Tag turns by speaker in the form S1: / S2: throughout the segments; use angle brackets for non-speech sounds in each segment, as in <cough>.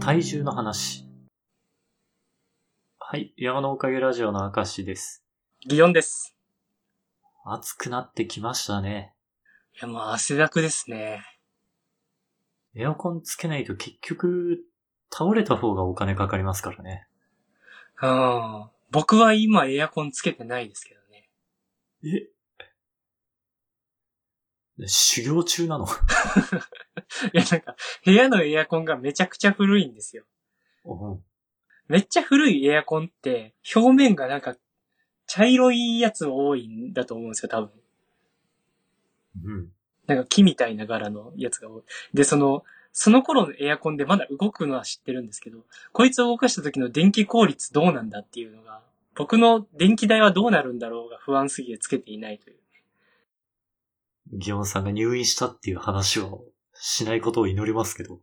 S1: 体重の話。はい。山のおかげラジオの明石です。
S2: リオンです。
S1: 暑くなってきましたね。
S2: いや、もう汗だくですね。
S1: エアコンつけないと結局、倒れた方がお金かかりますからね。
S2: うん。僕は今エアコンつけてないですけどね。
S1: え修行中なの
S2: いや、なんか、部屋のエアコンがめちゃくちゃ古いんですよ。
S1: うん
S2: めっちゃ古いエアコンって、表面がなんか、茶色いやつ多いんだと思うんですよ、多分。
S1: うん。
S2: なんか木みたいな柄のやつが多い。で、その、その頃のエアコンでまだ動くのは知ってるんですけど、こいつを動かした時の電気効率どうなんだっていうのが、僕の電気代はどうなるんだろうが不安すぎてつけていないという。
S1: ギオンさんが入院したっていう話をしないことを祈りますけど。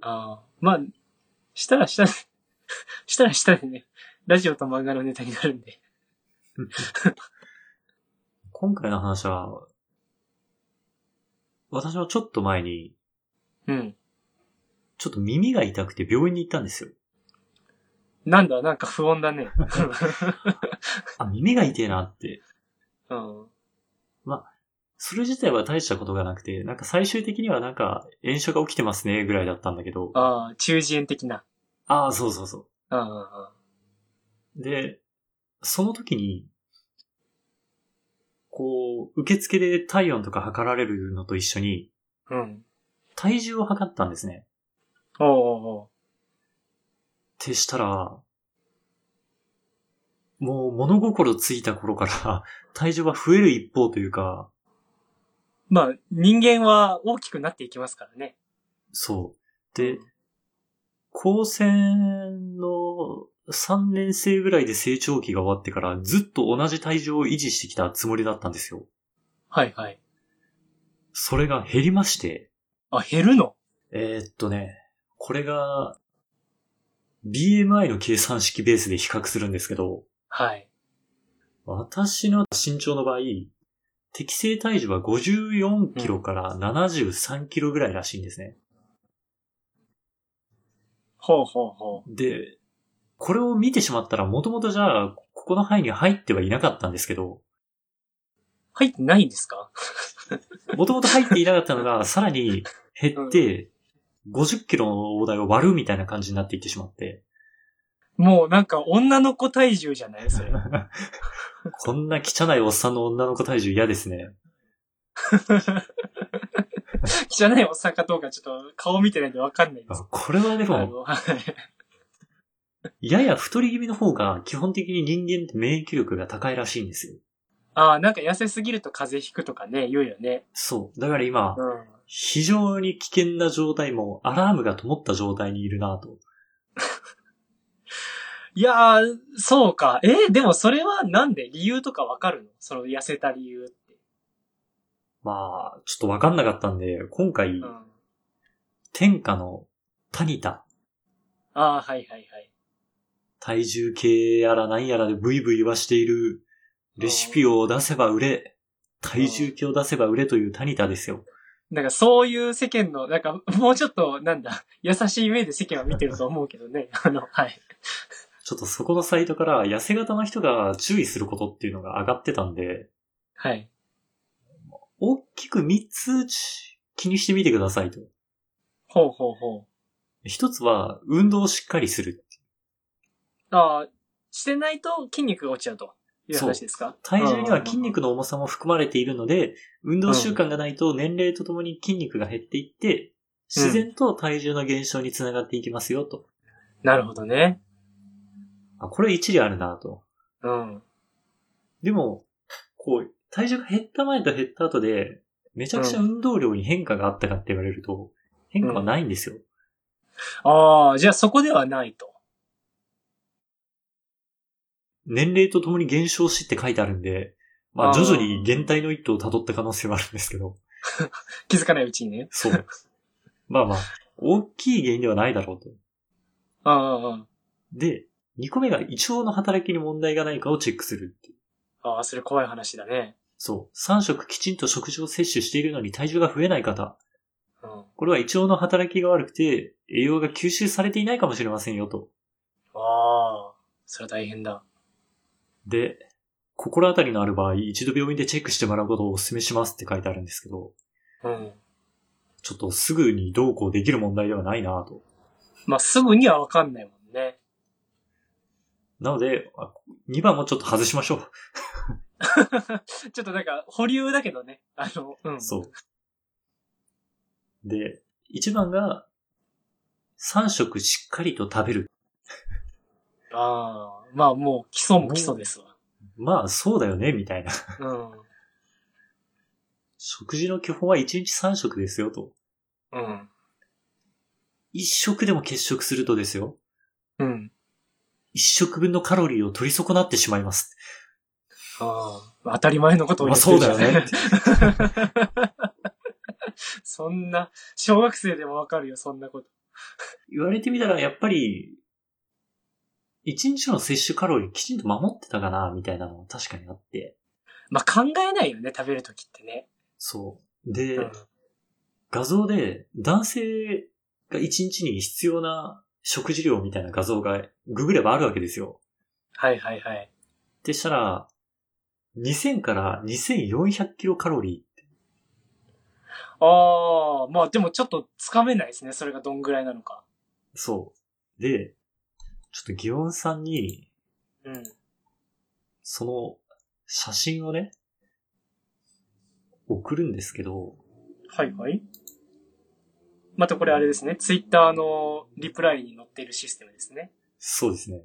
S2: ああ、まあ、したら <laughs> したで、したらしたでね、ラジオと漫画のネタになるんで。
S1: 今回の話は、私はちょっと前に、
S2: うん。
S1: ちょっと耳が痛くて病院に行ったんですよ。
S2: なんだ、なんか不穏だね。 <laughs>
S1: あ、耳が痛えなって。
S2: うん。
S1: それ自体は大したことがなくて、なんか最終的にはなんか炎症が起きてますね、ぐらいだったんだけど。
S2: ああ、中耳炎的な。
S1: ああ、そうそうそ
S2: ああ、
S1: う。で、その時に、こう、受付で体温とか測られるのと一緒に、
S2: うん。
S1: 体重を測ったんですね。
S2: おうおうおう
S1: ってしたら、もう物心ついた頃から <laughs> 体重は増える一方というか、
S2: まあ、人間は大きくなっていきますからね。
S1: そう。で、高専の3年生ぐらいで成長期が終わってからずっと同じ体重を維持してきたつもりだったんですよ。
S2: はいはい。
S1: それが減りまして、
S2: あ、減るの
S1: えーっとね、これが BMI の計算式ベースで比較するんですけど、
S2: はい。
S1: 私の身長の場合、適正体重は54キロから73キロぐらいらしいんですね。
S2: ほうほうほ
S1: で、これを見てしまったら、もともとじゃあ、ここの範囲に入ってはいなかったんですけど、
S2: う。入ってないんですか
S1: もともと入っていなかったの
S2: <laughs>
S1: が、さらに減って、50キロの大台を割るみたいな感じになっていってしまって、
S2: もうなんか女の子体重じゃない <laughs> それ。
S1: こんな汚いおっさんの女の子体重嫌ですね。
S2: 汚いおっさんかどうかちょっと顔見てないんでわかんないです
S1: あこれはで
S2: けど。あ
S1: も、
S2: のはい
S1: やや太り気味の方が、基本的に人間って免疫力が高いらしいんですよ。
S2: ああ、なんか痩せすぎると風邪ひくとかね、言うよね。
S1: そう。だから今、
S2: うん。
S1: 非常に危険な状態も、アラームが灯った状態にいるなと。
S2: いやー、そうか。えーでもそれはなんで理由とかわかるのその痩せた理由って。
S1: まあ、ちょっとわかんなかったんで、今回、
S2: うん。あ
S1: 天下のタニタ、
S2: あー、はいはいはい。
S1: 体重計やら何やらでブイブイ言わしている、レシピを出せば売れ、体重計を出せば売れというタニタですよ。
S2: なんかそういう世間の、なんかもうちょっと、なんだ、優しい目で世間は見てると思うけどね。 <laughs> あの、はい。
S1: ちょっとそこのサイトから痩せ型の人が注意することっていうのが上がってたんで、
S2: はい。
S1: 大きく3つ気にしてみてくださいと。
S2: ほうほうほ
S1: 一つは、運動をしっかりする。
S2: う。ああ、してないと筋肉が落ちちゃうという話ですか
S1: 体重には筋肉の重さも含まれているので、運動習慣がないと年齢とともに筋肉が減っていって、自然と体重の減少につながっていきますよと。
S2: なるほどね。
S1: あ、これ一理あるなと。
S2: うん。
S1: でも、こう、体重が減った前と減った後で、めちゃくちゃ運動量に変化があったかって言われると、変化はないんですよ。
S2: ああ、じゃあそこではないと。
S1: 年齢とともに減少しって書いてあるんで、まあ
S2: あー
S1: 徐々に減退の一途を辿った可能性はあるんですけど、
S2: 気づかないうちにね。
S1: そう。 <laughs> まあまあ、大きい原因ではないだろうと。
S2: ああ、ああ
S1: で、2個目が胃腸の働きに問題がないかをチェックするっていう。
S2: ああ、それ怖い話だね。
S1: そう。3食きちんと食事を摂取しているのに体重が増えない方。
S2: うん。
S1: これは胃腸の働きが悪くて、栄養が吸収されていないかもしれませんよと。
S2: ああ、それは大変だ。
S1: で、心当たりのある場合、一度病院でチェックしてもらうことをお勧めしますって書いてあるんですけど、
S2: うん。
S1: ちょっとすぐにどうこうできる問題ではないなと。
S2: まあ、すぐにはわかんないもんね。
S1: なので、2番もちょっと外しましょう。
S2: ちょっとなんか、保留だけどね。あの、うん。
S1: そう。で、1番が、3食しっかりと食べる。
S2: ああ、まあもう、基礎も基礎ですわ。
S1: まあ、そうだよね、みたいな。
S2: うん。
S1: 食事の基本は1日3食ですよと。
S2: うん。
S1: 1食でも欠食するとですよ。
S2: うん。
S1: 1食分のカロリーを取り損なってしまいます。
S2: ああ、当たり前のことを
S1: ま
S2: 言
S1: あ、
S2: って
S1: そ
S2: る
S1: うだよ
S2: じゃん
S1: ね。。
S2: <laughs>
S1: <laughs>
S2: そんな、小学生でもわかるよ、そんなこと。
S1: 言われてみたら、やっぱり、一日の摂取カロリーきちんと守ってたかな、みたいなのも確かにあって。
S2: まあ、考えないよね、食べるときってね。
S1: そう。で、
S2: うん。
S1: 画像で男性が一日に必要な食事量みたいな画像がググればあるわけですよ。
S2: はいはいはい。
S1: ってしたら、2000から2400キロカロリ
S2: ああ、まあでもちょっとつかめないですね、それがどんぐらいなのか。
S1: ー。そう。で、ちょっとギオンさんに、
S2: うん。
S1: その写真をね、送るんですけど、
S2: はいはい。またこれあれですね、ツイッターのリプライに載っているシステムですね。
S1: そうですね。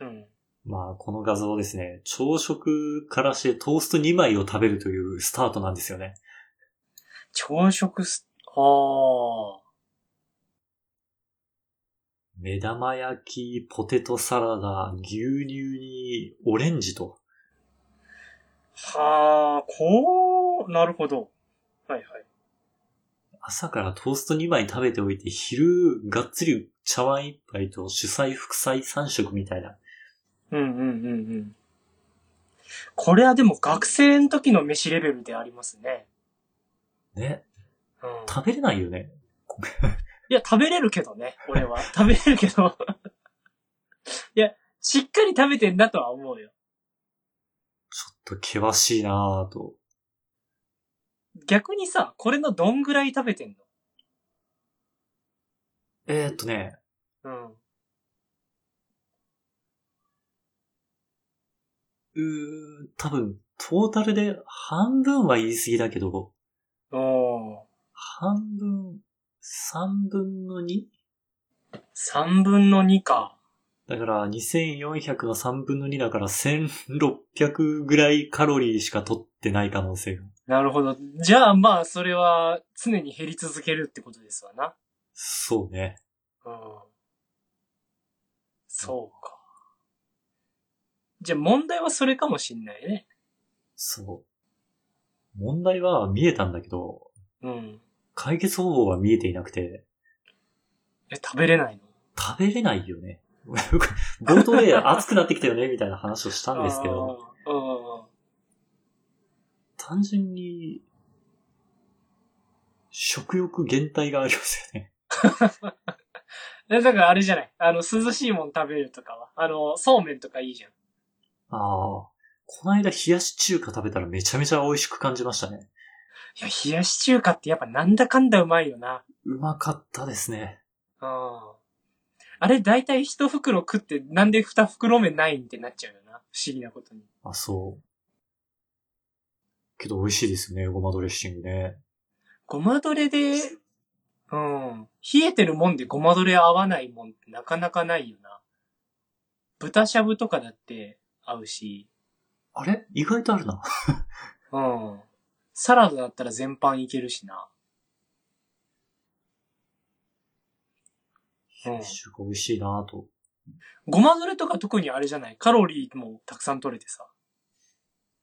S2: うん。
S1: まあ、この画像ですね。朝食からしてトースト2枚を食べるというスタートなんですよね。
S2: 朝食す、ああ。
S1: 目玉焼き、ポテトサラダ、牛乳にオレンジと。
S2: はあ、こう、なるほど。はいはい。
S1: 朝からトースト2枚食べておいて、昼、がっつり茶碗一杯と主菜、副菜3食みたいな。
S2: うんうんうんうん。これはでも学生の時の飯レベルでありますね。
S1: ね。
S2: うん。
S1: 食べれないよね。
S2: いや、食べれるけどね、俺は。 <laughs> 食べれるけど。いや、しっかり食べてんだとは思うよ。
S1: ちょっと険しいなぁと。
S2: 逆にさ、これのどんぐらい食べてん
S1: えー、っとね、
S2: のうん。
S1: うーん、多分、トータルで半分は言い過ぎだけど、
S2: お
S1: 半分、3分の 2?
S2: 三分の二か。
S1: だから、2400の3分の2だから、1600ぐらいカロリーしか取ってない可能性が。
S2: なるほど。じゃあまあ、それは常に減り続けるってことですわな。
S1: そうね。
S2: うん。そうか。じゃあ問題はそれかもしんないね。
S1: そう。問題は見えたんだけど、
S2: うん。
S1: 解決方法は見えていなくて、
S2: え、食べれないの
S1: 食べれないよね。冒頭で熱くなってきたよね、みたいな話をしたんですけど、
S2: あー。うんうんうん。
S1: 単純に、食欲減退がありますよね。
S2: え、だからあれじゃないあの、涼しいもん食べるとかは。あの、そうめんとかいいじゃん。
S1: ああ、この間冷やし中華食べたらめちゃめちゃ美味しく感じましたね。
S2: いや、冷やし中華ってやっぱなんだかんだうまいよな。
S1: うまかったですね。
S2: うん。あれ、だいたい一袋食って、なんで二袋目ないんってなっちゃうよな。不思議なことに。
S1: あ、そう。けど美味しいですよね、ごまドレッシングね。
S2: ごまどれで、うん。冷えてるもんでごまどれ合わないもんってなかなかないよな。豚しゃぶとかだって合うし、
S1: あれ意外とあるな。
S2: うん。サラダだったら全般いけるしな。うん。
S1: 中華美味しいなぁと。
S2: ごまどれとか特にあれじゃないカロリーもたくさん取れてさ。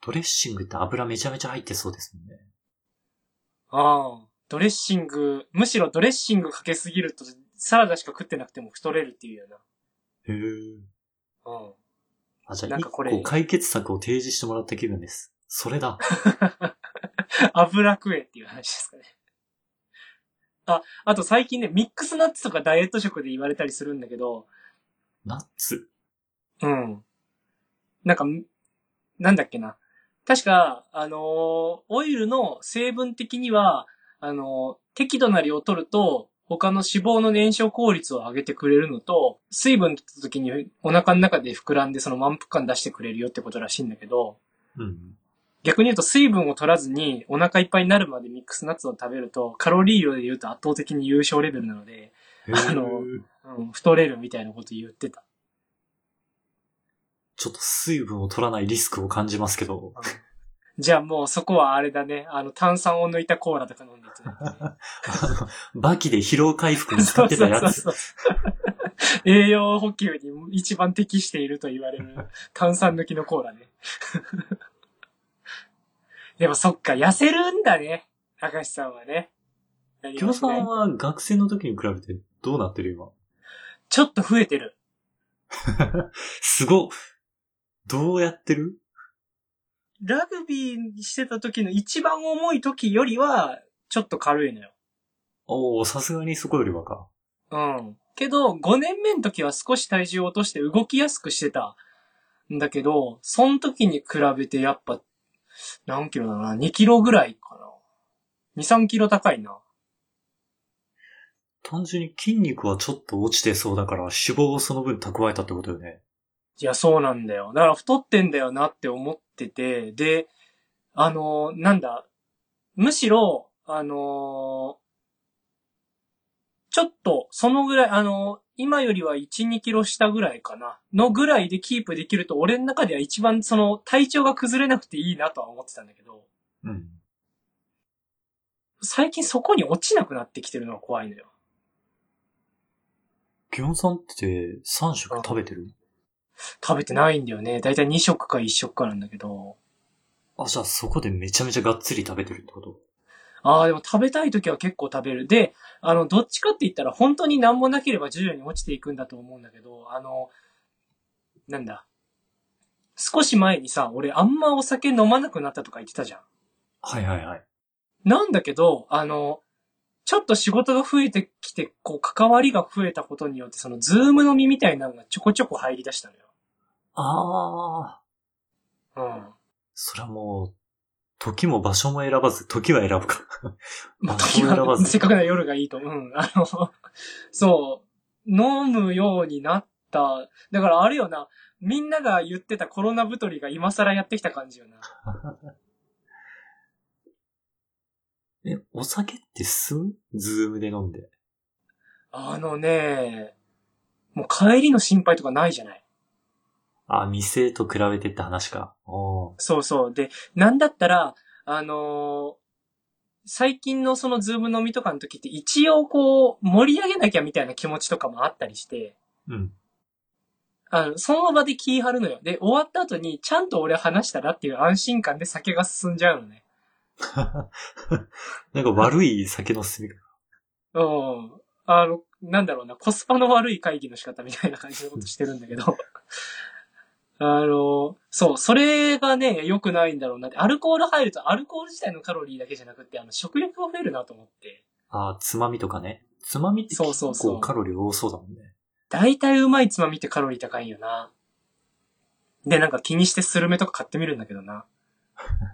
S1: ドレッシングって油めちゃめちゃ入ってそうですもんね。
S2: ああ。ドレッシング、むしろドレッシングかけすぎるとサラダしか食ってなくても太れるっていうよ
S1: へえ。
S2: な。うん。
S1: あ、じゃ
S2: な
S1: あ
S2: ん
S1: 一
S2: かこれ
S1: 個解決策を提示してもらった気分です。それだ。
S2: 油食えっていう話ですかね。あと最近ね、ミックスナッツとかダイエット食で言われたりするんだけど、
S1: ナッツ。
S2: うん。なんか、んなんだっけな。確か、あのーオイルの成分的には、あのー適度な量を取ると、他の脂肪の燃焼効率を上げてくれるのと、水分取った時にお腹の中で膨らんでその満腹感出してくれるよってことらしいんだけど、
S1: うん。
S2: 逆に言うと水分を取らずにお腹いっぱいになるまでミックスナッツを食べると、カロリー量で言うと圧倒的に優勝レベルなので、あの
S1: へー
S2: うん、太れるみたいなこと言ってた。
S1: ちょっと水分を取らないリスクを感じますけど。
S2: じゃあもうそこはあれだね。あの、炭酸を抜いたコーラとか飲んでいただいてね
S1: あのバキで疲労回復に使ってた <laughs> やつ。
S2: そうそうそうそう栄養補給に一番適していると言われる炭酸抜きのコーラね。 <laughs> でもそっか、痩せるんだね。高橋さんはね。何
S1: キョ
S2: も
S1: ロ
S2: し
S1: さ
S2: ない
S1: んは学生の時に比べてどうなってる今。 <laughs>
S2: ちょっと増えてる。
S1: すごっどうやってる
S2: ラグビーしてた時の一番重い時よりは、ちょっと軽いのよ。
S1: おおさすがにそこよりはか。
S2: うん。けど、5年目の時は少し体重を落として動きやすくしてたんだけど、その時に比べてやっぱ、何キロだな ?2 キロぐらいかな。2、3キロ高いな。
S1: 単純に筋肉はちょっと落ちてそうだから脂肪をその分蓄えたってことよね。
S2: いや、そうなんだよ。だから太ってんだよなって思ってて、で、あのーなんだ、むしろ、あのーちょっと、そのぐらい、あのー今よりは1、2キロ下ぐらいかな、のぐらいでキープできると、俺の中では一番その、体調が崩れなくていいなとは思ってたんだけど、
S1: うん。
S2: 最近そこに落ちなくなってきてるのが怖いのよ。
S1: ギョンさんって3食食べてる
S2: 食べてないんだよね。だいたい2食か1食かなんだけど、
S1: あ、じゃあそこでめちゃめちゃがっつり食べてるってこと
S2: ああ、でも食べたい時は結構食べる。で、あの、どっちかって言ったら本当に何もなければ徐々に落ちていくんだと思うんだけど、あの、なんだ。少し前にさ、俺あんまお酒飲まなくなったとか言ってたじゃ
S1: はいはいはい。
S2: ん。なんだけど、あの、ちょっと仕事が増えてきて、こう、関わりが増えたことによって、その、ズーム飲みみたいなのがちょこちょこ入り出したのよ。
S1: ああ、
S2: うん。
S1: そりゃもう、時も場所も選ばず、時は選ぶか。
S2: まあ、
S1: あ <laughs>
S2: 時
S1: そう選ば
S2: は、
S1: ず
S2: せっかくなら夜がいいと。うん。あの、 <laughs> そう。飲むようになった。だからあれよな。みんなが言ってたコロナ太りが今更やってきた感じよな。
S1: え、お酒ってすむズームで飲んで。
S2: あのね、もう帰りの心配とかないじゃない。
S1: あ、店と比べてって話か。おー
S2: そうそう。で、なんだったら、あのー最近のそのズーム飲みとかの時って一応こう、盛り上げなきゃみたいな気持ちとかもあったりして、
S1: うん。
S2: あの、その場で気張るのよ。で、終わった後に、ちゃんと俺話したらっていう安心感で酒が進んじゃうのね。
S1: <laughs> なんか悪い酒の進み方。
S2: うん。あの、なんだろうな、コスパの悪い会議の仕方みたいな感じのことしてるんだけど。 <laughs> あの、そう、それがね、良くないんだろうなって。アルコール入ると、アルコール自体のカロリーだけじゃなくて、あの、食欲が増えるなと思って。
S1: あーつまみとかね。つまみって結
S2: そうそうそう
S1: 構カロリー多そうだもんね。
S2: 大体うまいつまみってカロリー高いんよな。で、なんか気にしてスルメとか買ってみるんだけどな。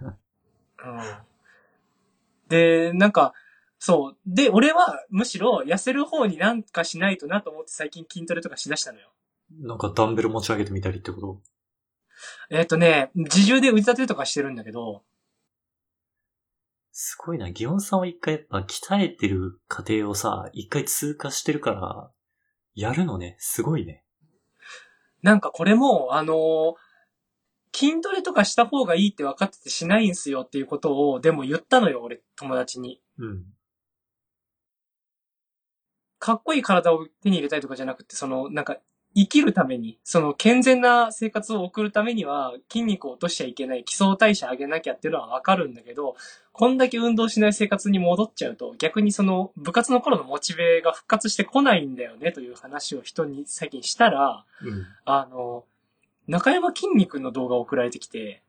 S2: うん。で、なんか、そう。で、俺はむしろ痩せる方になんかしないとなと思って最近筋トレとかしだしたのよ。
S1: なんかダンベル持ち上げてみたりってこと
S2: えっ、とね、自重で腕立てとかしてるんだけど、
S1: すごいな。ギオンさんは一回やっぱ鍛えてる過程をさ、一回通過してるから、やるのね。すごいね。
S2: なんかこれも、あのー筋トレとかした方がいいって分かっててしないんすよっていうことを、でも言ったのよ、俺、友達に。
S1: うん。
S2: かっこいい体を手に入れたいとかじゃなくて、その、なんか、生きるために、その健全な生活を送るためには、筋肉を落としちゃいけない、基礎代謝上げなきゃっていうのはわかるんだけど、こんだけ運動しない生活に戻っちゃうと、逆にその、部活の頃のモチベが復活してこないんだよね、という話を人に最近したら、
S1: うん。
S2: あの、中山筋肉の動画を送られてきて、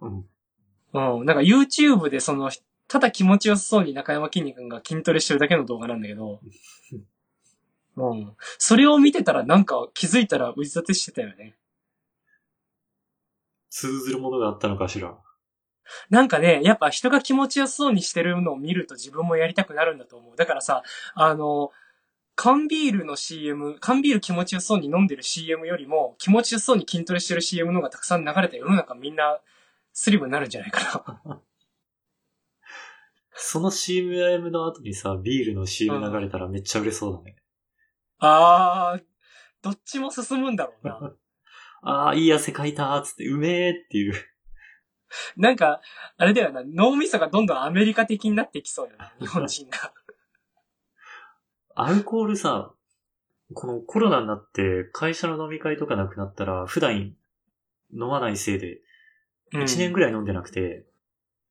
S1: うん。 <laughs>
S2: うん、なんか YouTube でその、ただ気持ちよさそうに中山きんに君が筋トレしてるだけの動画なんだけど、 <laughs> うん。それを見てたらなんか気づいたらうじ立てしてたよね。
S1: 通ずるものがあったのかしら。
S2: なんかね、やっぱ人が気持ちよさそうにしてるのを見ると自分もやりたくなるんだと思う。だからさ、あの、缶ビールの CM、缶ビール気持ちよさそうに飲んでる CM よりも、気持ちよさそうに筋トレしてる CM の方がたくさん流れて世の中みんなスリムになるんじゃないかな。
S1: その CM の後にさ、ビールの CM 流れたらめっちゃ売れそうだね。
S2: あー、どっちも進むんだろうな。
S1: <laughs> ああ、いい汗かいたーっつって、うめーっていう。
S2: なんか、あれだよな、脳みそがどんどんアメリカ的になってきそうよな、日本人
S1: <laughs>
S2: が。
S1: アルコールさ、このコロナになって会社の飲み会とかなくなったら、普段飲まないせいで、
S2: うん
S1: 1年ぐらい飲んでなくて、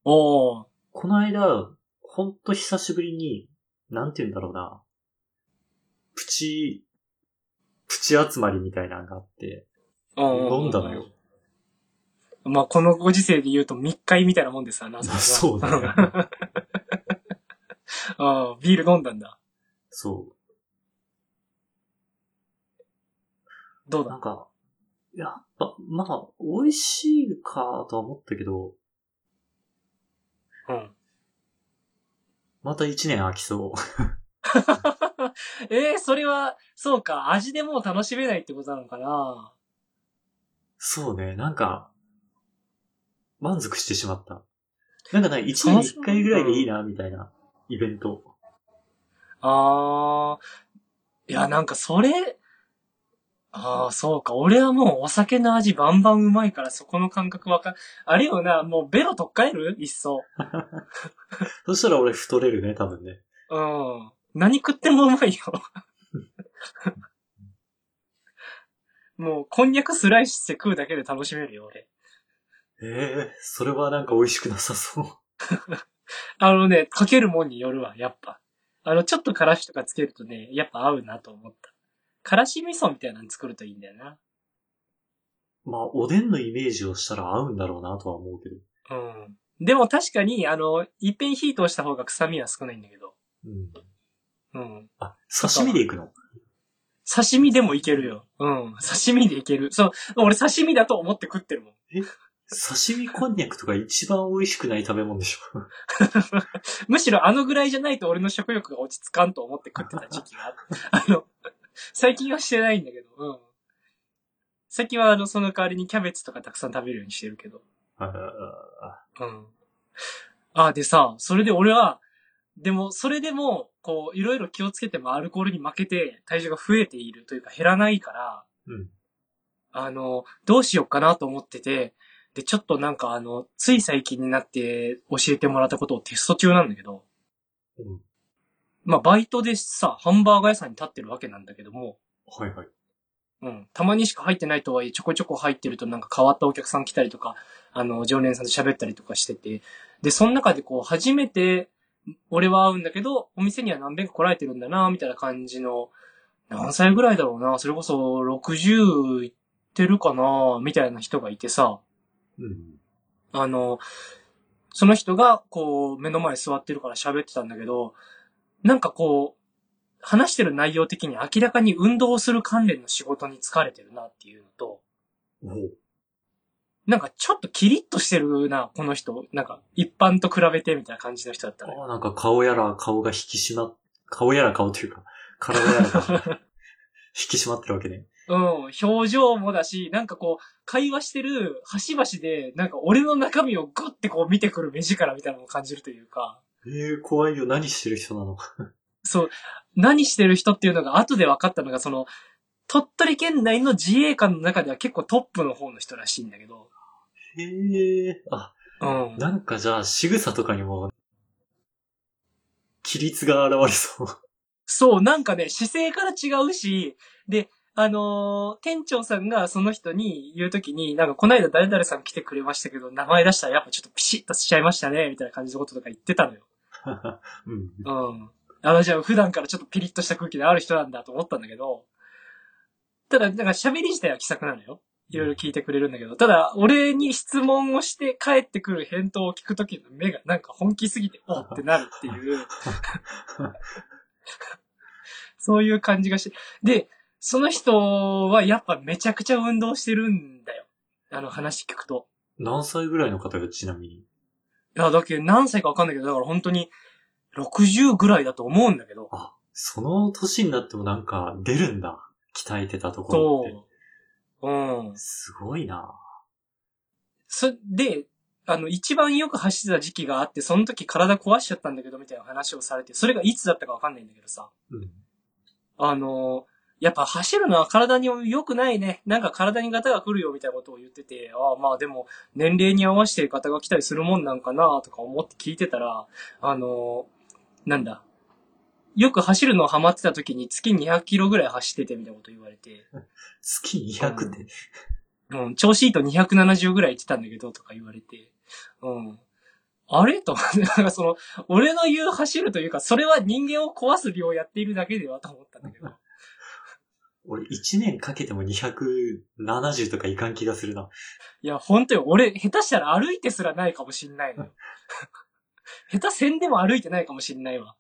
S2: おー
S1: この間、ほんと久しぶりに、なんて言うんだろうな、プチ、プチ集まりみたいなのがあって、
S2: うんうん。
S1: 飲んだのよ。
S2: まあ、このご時世で言うと密会みたいなもんでさ、
S1: <laughs>
S2: な
S1: そうだね。
S2: <laughs> ああ、ビール飲んだんだ。
S1: そ
S2: ど
S1: う。
S2: う
S1: な
S2: だ
S1: んか、やっぱ、まあ、美味しいかとは思ったけど、
S2: うん。
S1: また一年飽きそう。 <laughs>
S2: えー、それは、そうか、味でもう楽しめないってことなのかな
S1: そうね、なんか、満足してしまった。なんかない、一
S2: そ
S1: 年
S2: も
S1: 一
S2: そも
S1: 回ぐらいでいいな、みたいな、イベント。
S2: ああ、いや、なんかそれ、ああ、そうか、俺はもうお酒の味バンバンうまいからそこの感覚わかん、あれよな、もうベロ取っ換えるいっそ。
S1: そしたら俺太れるね、多分ね。
S2: うん。何食ってもうまいよ。 <laughs> もう、こんにゃくスライスして食うだけで楽しめるよ、俺。
S1: ええそれはなんか美味しくなさそう。 <laughs>
S2: あのね、かけるもんによるわ、やっぱ。あの、ちょっとからしとかつけるとね、やっぱ合うなと思った。からし味噌みたいなの作るといいんだよな。
S1: まあ、おでんのイメージをしたら合うんだろうなとは思うけど。
S2: うん。でも確かに、あの、いっぺん火通した方が臭みは少ないんだけど。
S1: うん。
S2: うん。
S1: あ、刺身でいくの
S2: 刺身でもいけるよ。うん。刺身でいける。そう。俺刺身だと思って食ってるもん。 <laughs>
S1: 刺身こんにゃくとか一番美味しくない食べ物でし <laughs> ょ。
S2: むしろあのぐらいじゃないと俺の食欲が落ち着かんと思って食ってた時期がある <laughs> あの、最近はしてないんだけど、うん。最近はあの、その代わりにキャベツとかたくさん食べるようにしてるけど。
S1: あ
S2: うん。あ、でさ、それで俺は、でも、それでも、こう、いろいろ気をつけてもアルコールに負けて体重が増えているというか減らないから、
S1: うん
S2: あの、どうしようかなと思ってて、で、ちょっとなんかあの、つい最近になって教えてもらったことをテスト中なんだけど、
S1: うん
S2: まあ、バイトでさ、ハンバーガー屋さんに立ってるわけなんだけども、
S1: はいはい。
S2: うん。たまにしか入ってないとはいえ、ちょこちょこ入ってるとなんか変わったお客さん来たりとか、あの、常連さんと喋ったりとかしてて。で、その中でこう、初めて、俺は会うんだけど、お店には何遍か来られてるんだな、みたいな感じの、何歳ぐらいだろうな、それこそ60いってるかな、みたいな人がいてさ、
S1: うん。
S2: あの、その人がこう、目の前に座ってるから喋ってたんだけど、なんかこう、話してる内容的に明らかに運動をする関連の仕事に疲れてるなっていうのと、
S1: おう
S2: なんかちょっとキリッとしてるな、この人。なんか一般と比べてみたいな感じの人だったね。
S1: ああ、なんか顔やら顔が引き締まっ、顔やら顔というか、体や <laughs> ら顔が引き締まってるわけね。
S2: うん、表情もだし、なんかこう、会話してる端々で、なんか俺の中身をグッてこう見てくる目力みたいなのを感じるというか、
S1: えー、怖いよ。何してる人なのか。
S2: そう、何してる人っていうのが後で分かったのが、その、鳥取県内の自衛官の中では結構トップの方の人らしいんだけど、
S1: へえ。あ、
S2: うん。
S1: なんかじゃあ、仕草とかにも、規律が現れそう。
S2: そう、なんかね、姿勢から違うし、で、あのー店長さんがその人に言うときに、なんかこの間誰々さん来てくれましたけど、名前出したらやっぱちょっとピシッとしちゃいましたね、みたいな感じのこととか言ってたのよ。
S1: うん。
S2: うん。あの、じゃあ普段からちょっとピリッとした空気のある人なんだと思ったんだけど、ただ、なんか喋り自体は気さくなのよ。いろいろ聞いてくれるんだけど、ただ、俺に質問をして帰ってくる返答を聞くときの目がなんか本気すぎて、おってなるっていう。そういう感じがして。で、その人はやっぱめちゃくちゃ運動してるんだよ。あの話聞くと。
S1: 何歳ぐらいの方がちなみに。
S2: いや、だけど何歳かわかんないけど、だから本当に60ぐらいだと思うんだけど。
S1: あ、その年になってもなんか出るんだ。鍛えてたところ
S2: そ
S1: って。
S2: う。うん。
S1: すごいな
S2: そ、で、あの、一番よく走ってた時期があって、その時体壊しちゃったんだけど、みたいな話をされて、それがいつだったかわかんないんだけどさ。
S1: うん。
S2: あの、やっぱ走るのは体に良くないね。なんか体にガタが来るよみたいなことを言ってて、ああまあでも年齢に合わせてガタが来たりするもんなんかなとか思って聞いてたら、あの、なんだ。よく走るのハマってた時に月200キロぐらい走っててみたいなこと言われて、
S1: 月200って、
S2: うん、調子いいと270ぐらい行ってたんだけど、とか言われて、うん。あれと思 <laughs> って、なんかその、俺の言う走るというか、それは人間を壊す量をやっているだけではと思ったんだけど。
S1: 俺1年かけても270とかいかん気がするな。
S2: いや、本当よ。俺、下手したら歩いてすらないかもしんないのよ。 <laughs> 下手せんでも歩いてないかもしんないわ。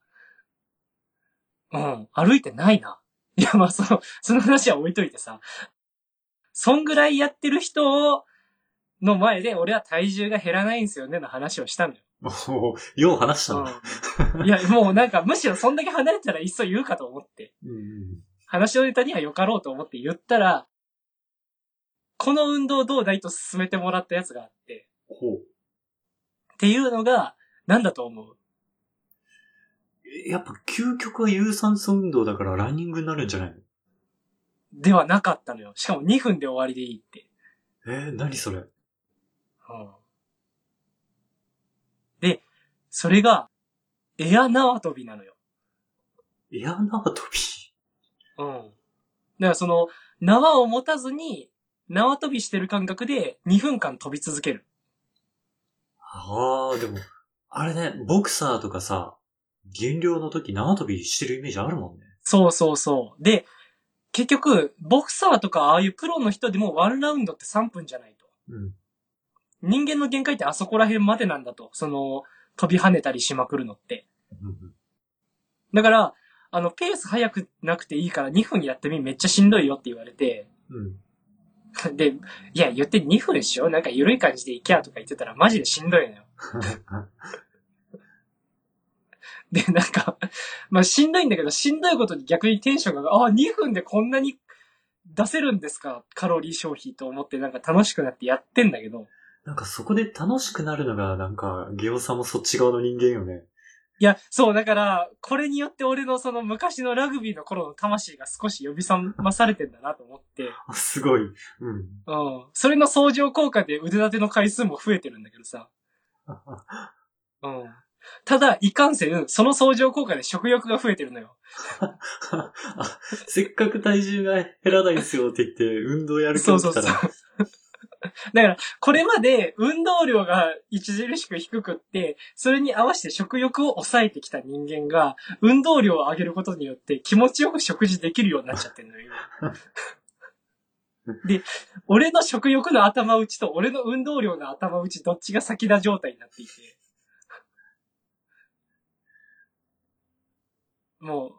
S2: うん、歩いてないな。いや、まあ、その、その話は置いといてさ。そんぐらいやってる人を、の前で、俺は体重が減らないんですよね、の話をしたのよ。
S1: もう、よう話したな。
S2: うんいや、もうなんか、むしろそんだけ離れたらいっそ言うかと思って、
S1: うんうん。
S2: 話のネタにはよかろうと思って言ったら、この運動どうだいと勧めてもらったやつがあって、
S1: ほう。
S2: っていうのが、なんだと思う
S1: えやっぱ究極は有酸素運動だからランニングになるんじゃないの
S2: ではなかったのよ。しかも2分で終わりでいいって。
S1: えー、何それ
S2: うんで、それが、エア縄跳びなのよ。
S1: エア縄跳び。
S2: うん。だからその、縄を持たずに、縄跳びしてる感覚で2分間飛び続ける。
S1: ああ、でも、あれね、ボクサーとかさ、減量の時縄跳びしてるイメージあるもんね。
S2: そうそうそう。で、結局、ボクサーとかああいうプロの人でもワンラウンドって3分じゃないと。
S1: うん。
S2: 人間の限界ってあそこら辺までなんだと。その、飛び跳ねたりしまくるのって。
S1: うんうん
S2: だから、あの、ペース速くなくていいから2分やってみ、めっちゃしんどいよって言われて、
S1: うん。
S2: <laughs> で、いや、言って2分でしょなんか緩い感じでいきゃとか言ってたらマジでしんどいのよ。で、なんか、まあしんどいんだけど、しんどいことに逆にテンションが上が、ああ、2分でこんなに出せるんですかカロリー消費と思ってなんか楽しくなってやってんだけど、
S1: なんかそこで楽しくなるのが、なんか、ゲオさんもそっち側の人間よね。
S2: いや、そう、だから、これによって俺のその昔のラグビーの頃の魂が少し呼び覚まされてんだなと思って、
S1: あすごい。うん。
S2: うん。それの相乗効果で腕立ての回数も増えてるんだけどさ。うん。ただ、いかんせん、その相乗効果で食欲が増えてるのよ。
S1: あせっかく体重が減らないんすよって言って、運動やる気
S2: そ
S1: に
S2: う
S1: な
S2: そう
S1: った
S2: そう。
S1: ら、
S2: だから、これまで運動量が著しく低くって、それに合わせて食欲を抑えてきた人間が、運動量を上げることによって気持ちよく食事できるようになっちゃってるのよ。 <laughs> 今で、俺の食欲の頭打ちと俺の運動量の頭打ち、どっちが先だ状態になっていて。もう、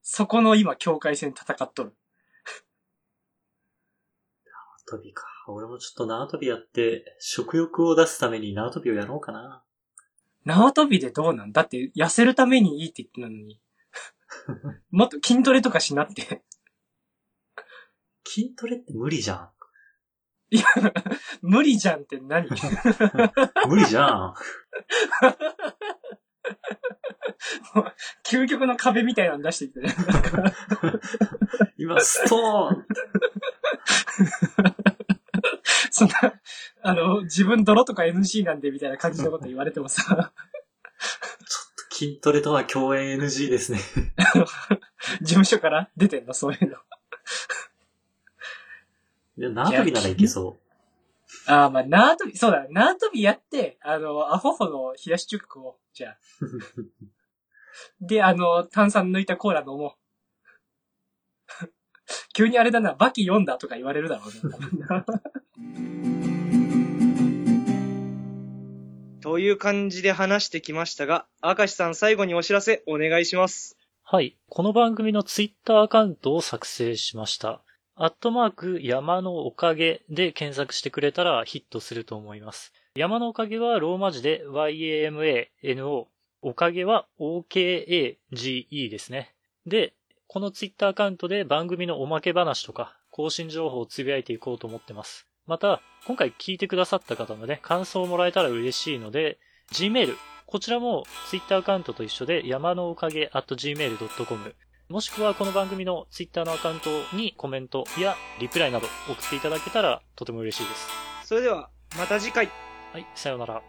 S2: そこの今、境界線戦っとる。
S1: 縄跳びか。俺もちょっと縄跳びやって、食欲を出すために縄跳びをやろうかな。
S2: 縄跳びでどうなんだって、痩せるためにいいって言ってたのに。もっと筋トレとかしなって。
S1: 筋トレって無理じゃ
S2: 無理じゃんって何
S1: ん。無理じゃん。 <laughs>
S2: 究極の壁みたいなの出してきてね。
S1: 今、ストーン
S2: そんな、あの、自分泥とか NG なんでみたいな感じのこと言われてもさ、
S1: 筋トレとは共演 NG ですね。
S2: 事務所から出てんの、そういうの。
S1: いや縄跳びならいけそ
S2: ああ、まあ、縄跳び、そうだ、縄跳びやって、あの、アホホの冷やしチュックを、じゃあ。
S1: う。
S2: で、あの、炭酸抜いたコーラ飲もう。 <laughs> 急にあれだな、バキ読んだとか言われるだろうな。
S3: という感じで話してきましたが、明石さん最後にお知らせお願いします。
S4: はい。この番組のツイッターアカウントを作成しました。アットマーク山のおかげで検索してくれたらヒットすると思います。山のおかげはローマ字で YAMANO。おかげは OKAGE ですね。で、このツイッターアカウントで番組のおまけ話とか更新情報をつぶやいていこうと思ってます。また、今回聞いてくださった方のね、感想をもらえたら嬉しいので、Gmail、こちらも Twitter アカウントと一緒で山のおかげ at gmail.com もしくはこの番組の Twitter のアカウントにコメントやリプライなど送っていただけたらとても嬉しいです。
S3: それでは、また次回。
S4: はい、さようなら。